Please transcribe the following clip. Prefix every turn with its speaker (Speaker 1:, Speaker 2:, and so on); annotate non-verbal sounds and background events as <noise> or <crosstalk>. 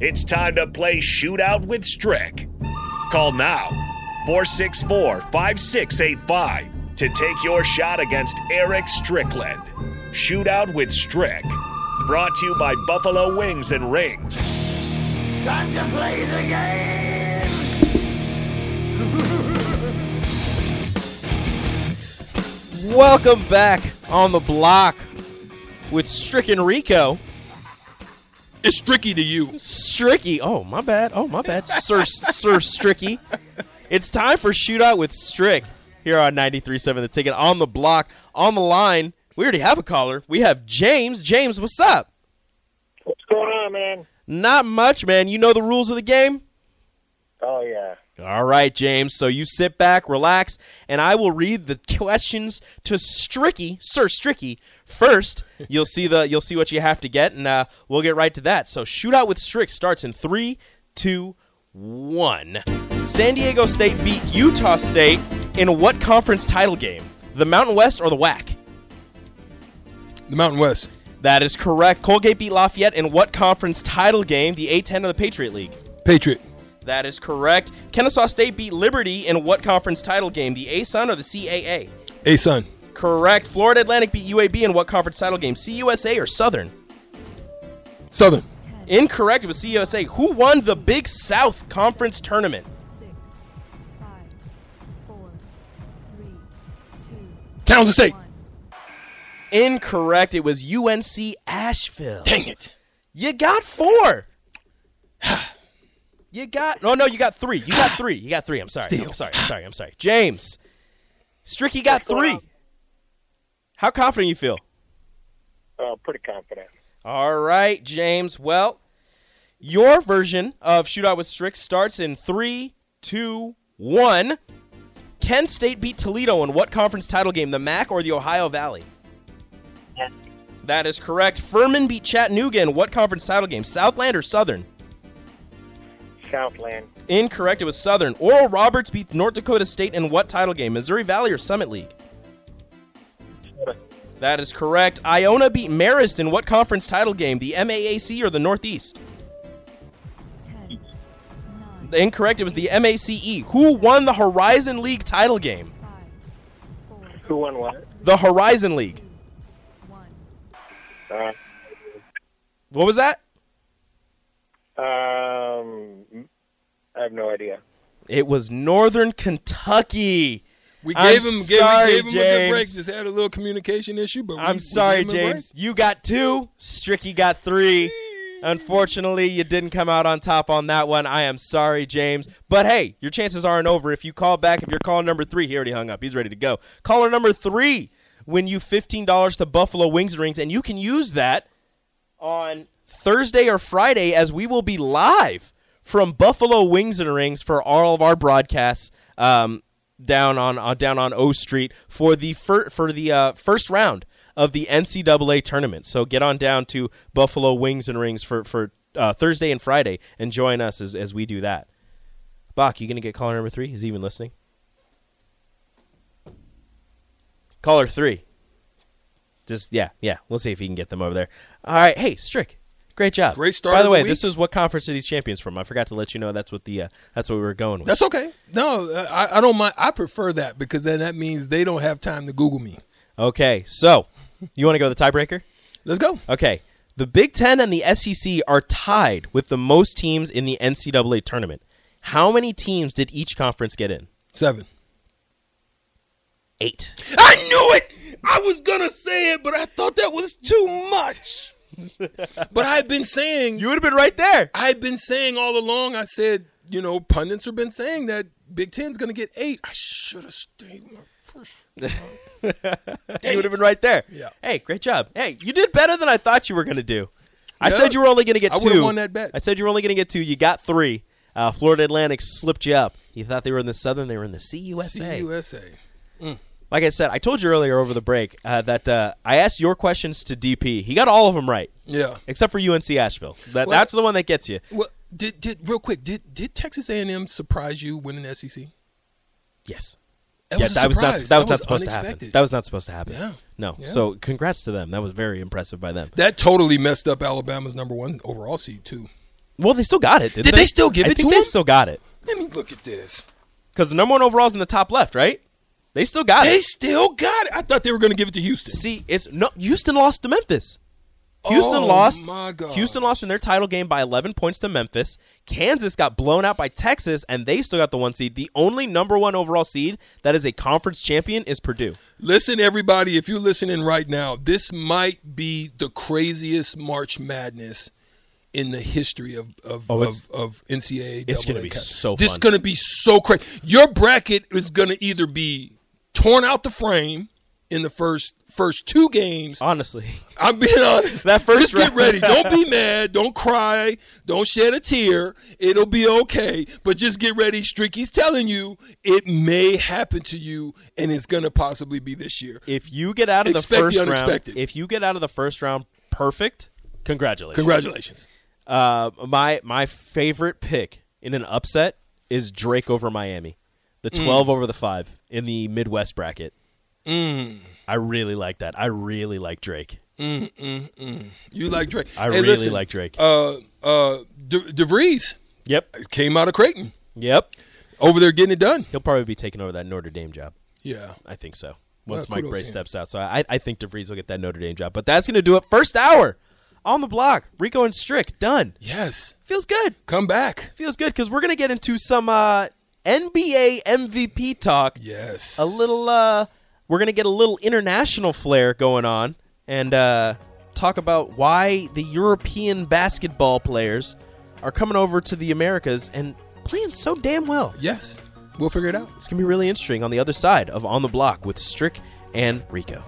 Speaker 1: It's time to play Shootout with Strick. Call now 464 5685 to take your shot against Eric Strickland. Shootout with Strick. Brought to you by Buffalo Wings and Rings.
Speaker 2: Time to play the game!
Speaker 3: Welcome back on the block with Stricken Rico.
Speaker 4: It's tricky to you.
Speaker 3: Stricky. Oh, my bad. Oh, my bad. Sir Sir Stricky. It's time for Shootout with Strick here on 93.7 The Ticket on the block. On the line, we already have a caller. We have James. James, what's up?
Speaker 5: What's going on, man?
Speaker 3: Not much, man. You know the rules of the game?
Speaker 5: Oh yeah.
Speaker 3: All right, James. So you sit back, relax, and I will read the questions to Stricky, Sir Stricky. First, you'll see the you'll see what you have to get, and uh, we'll get right to that. So shootout with Strick starts in three, two, one. San Diego State beat Utah State in what conference title game? The Mountain West or the WAC?
Speaker 4: The Mountain West.
Speaker 3: That is correct. Colgate beat Lafayette in what conference title game? The A10 of the Patriot League.
Speaker 4: Patriot.
Speaker 3: That is correct. Kennesaw State beat Liberty in what conference title game? The ASUN or the CAA?
Speaker 4: A Sun.
Speaker 3: Correct. Florida Atlantic beat UAB in what conference title game? CUSA or Southern?
Speaker 4: Southern.
Speaker 3: Incorrect. It was CUSA. Who won the Big South Conference tournament?
Speaker 6: six, five, four, three, two,
Speaker 4: Townsend State.
Speaker 6: one.
Speaker 3: Incorrect. It was UNC Asheville.
Speaker 4: Dang it.
Speaker 3: You got four. <sighs> You got no, no. You got three. You got three. You got three. I'm sorry. I'm sorry. I'm sorry. I'm sorry. James, Stricky got three. How confident you feel?
Speaker 5: Oh, pretty confident.
Speaker 3: All right, James. Well, your version of Shootout with Strick starts in three, two, one. Kent State beat Toledo in what conference title game? The MAC or the Ohio Valley? That is correct. Furman beat Chattanooga in what conference title game? Southland or Southern?
Speaker 5: Southland,
Speaker 3: Incorrect. It was Southern. Oral Roberts beat North Dakota State in what title game? Missouri Valley or Summit League? That is correct. Iona beat Marist in what conference title game? The MAAC or the Northeast?
Speaker 6: Ten, nine,
Speaker 3: Incorrect. It was the MACE. E. Who won the Horizon League title game?
Speaker 6: five, four,
Speaker 5: who won what?
Speaker 3: The Horizon League.
Speaker 6: one.
Speaker 5: Uh,
Speaker 3: What was that?
Speaker 5: um, I have no idea.
Speaker 3: It was Northern Kentucky.
Speaker 4: We
Speaker 3: I'm
Speaker 4: gave him, gave,
Speaker 3: sorry,
Speaker 4: we gave him a good break.
Speaker 3: James.
Speaker 4: Just had a little communication issue, but we-
Speaker 3: I'm
Speaker 4: we
Speaker 3: sorry,
Speaker 4: gave him a break.
Speaker 3: James. You got two. Stricky got three. Unfortunately, you didn't come out on top on that one. I am sorry, James. But hey, your chances aren't over. If you call back, if you're calling number three, he already hung up. He's ready to go. Caller number three win you $15 to Buffalo Wings and Rings, and you can use that on Thursday or Friday as we will be live from Buffalo Wings and Rings for all of our broadcasts um, down on uh, down on O Street for the fir- for the uh, first round of the NCAA tournament. So get on down to Buffalo Wings and Rings for for uh, Thursday and Friday and join us as, as we do that. Bach, you gonna get caller number three? Is he even listening? Caller three. Just yeah, yeah. We'll see if he can get them over there. All right. Hey, Strick. Great job.
Speaker 4: Great start
Speaker 3: By
Speaker 4: of
Speaker 3: the
Speaker 4: the
Speaker 3: way,
Speaker 4: week.
Speaker 3: this is what conference are these champions from? I forgot to let you know. That's what the uh, that's what we were going with.
Speaker 4: That's okay. No, uh, I, I don't mind. I prefer that because then that means they don't have time to Google me.
Speaker 3: okay. So, you want to go with the tiebreaker?
Speaker 4: Let's go.
Speaker 3: Okay. The Big Ten and the SEC are tied with the most teams in the NCAA tournament. How many teams did each conference get in?
Speaker 4: Seven.
Speaker 3: Eight.
Speaker 4: I knew it. I was gonna say it, but I thought that was too much. but I've been saying
Speaker 3: You would have been right there.
Speaker 4: I've been saying all along. I said, you know, pundits have been saying that Big Ten's going to get eight. I should have stayed my first.
Speaker 3: You would have been right there.
Speaker 4: Yeah.
Speaker 3: Hey, great job. Hey, you did better than I thought you were going to do. I
Speaker 4: Yeah.
Speaker 3: said you were only going to get
Speaker 4: I
Speaker 3: two.
Speaker 4: would've won that bet.
Speaker 3: I said you were only going to get two. You got three. Uh, Florida Atlantic slipped you up. You thought they were in the Southern. They were in the CUSA.
Speaker 4: USA.
Speaker 3: like I said, I told you earlier over the break uh, that uh, I asked your questions to DP. He got all of them right,
Speaker 4: Yeah.
Speaker 3: except for UNC Asheville. That,
Speaker 4: Well-
Speaker 3: that's the one that gets you.
Speaker 4: Well, did did real quick? Did did Texas A and M surprise you winning E the SEC?
Speaker 3: Yes.
Speaker 4: That
Speaker 3: yeah,
Speaker 4: a
Speaker 3: that was not
Speaker 4: surprise.
Speaker 3: that was not supposed to happen.
Speaker 4: unexpected.
Speaker 3: That was not supposed to happen.
Speaker 4: Yeah.
Speaker 3: No.
Speaker 4: Yeah.
Speaker 3: So congrats to them. That was very impressive by them.
Speaker 4: That totally messed up Alabama's number one overall seed too.
Speaker 3: Well, they still got it. Didn't
Speaker 4: Did they still give
Speaker 3: I
Speaker 4: it
Speaker 3: think
Speaker 4: to
Speaker 3: they
Speaker 4: him?
Speaker 3: still got it
Speaker 4: Let me look at this.
Speaker 3: because the number one overall's in the top left, right? They still got
Speaker 4: They
Speaker 3: it.
Speaker 4: still got it. I thought they were going to give it to Houston.
Speaker 3: See, it's no Houston lost to Memphis. Houston
Speaker 4: Oh,
Speaker 3: lost.
Speaker 4: my God.
Speaker 3: Houston lost in their title game by 11 points to Memphis. Kansas got blown out by Texas, and they still got the one seed. The only number one overall seed that is a conference champion is Purdue.
Speaker 4: Listen, everybody, if you're listening right now, this might be the craziest March Madness in the history of of,
Speaker 3: Oh,
Speaker 4: of,
Speaker 3: it's-
Speaker 4: of NCAA.
Speaker 3: it's gonna
Speaker 4: AA.
Speaker 3: be so
Speaker 4: This
Speaker 3: fun.
Speaker 4: going to be so crazy. Your bracket is going to either be torn out the frame in the first first two games.
Speaker 3: Honestly,
Speaker 4: I'm being honest.
Speaker 3: That first
Speaker 4: just get
Speaker 3: round.
Speaker 4: ready. Don't be mad. Don't cry. Don't shed a tear. It'll be okay. But just get ready. Streaky's telling you it may happen to you, and it's going to possibly be this year.
Speaker 3: <laughs> if you get out of the
Speaker 4: Expect the
Speaker 3: first round,
Speaker 4: unexpected.
Speaker 3: if you get out of the first round, perfect. Congratulations.
Speaker 4: Congratulations.
Speaker 3: Uh, my my favorite pick in an upset is Drake over Miami, the 12 over the five in the Midwest bracket. I really like that. I really like Drake.
Speaker 4: You like Drake.
Speaker 3: I
Speaker 4: Hey,
Speaker 3: really
Speaker 4: listen,
Speaker 3: like Drake.
Speaker 4: Uh, uh, De- DeVries
Speaker 3: yep.
Speaker 4: came out of Creighton
Speaker 3: Yep.
Speaker 4: over there getting it done.
Speaker 3: He'll probably be taking over that Notre Dame job.
Speaker 4: Yeah.
Speaker 3: I think so. Once
Speaker 4: Well,
Speaker 3: Mike
Speaker 4: kudos
Speaker 3: Bray
Speaker 4: to him.
Speaker 3: steps out. So I, I think DeVries will get that Notre Dame job. But that's going to do it. First hour on the block. Rico and Strick done.
Speaker 4: Yes.
Speaker 3: Feels good.
Speaker 4: Come back.
Speaker 3: Feels good because we're going to get into some uh, NBA MVP talk.
Speaker 4: Yes.
Speaker 3: A little, uh, we're going to get a little international flair going on and uh, talk about why the European basketball players are coming over to the Americas and playing so damn well.
Speaker 4: Yes. We'll figure it out.
Speaker 3: It's going to be really interesting on the other side of On the Block with Strick and Rico.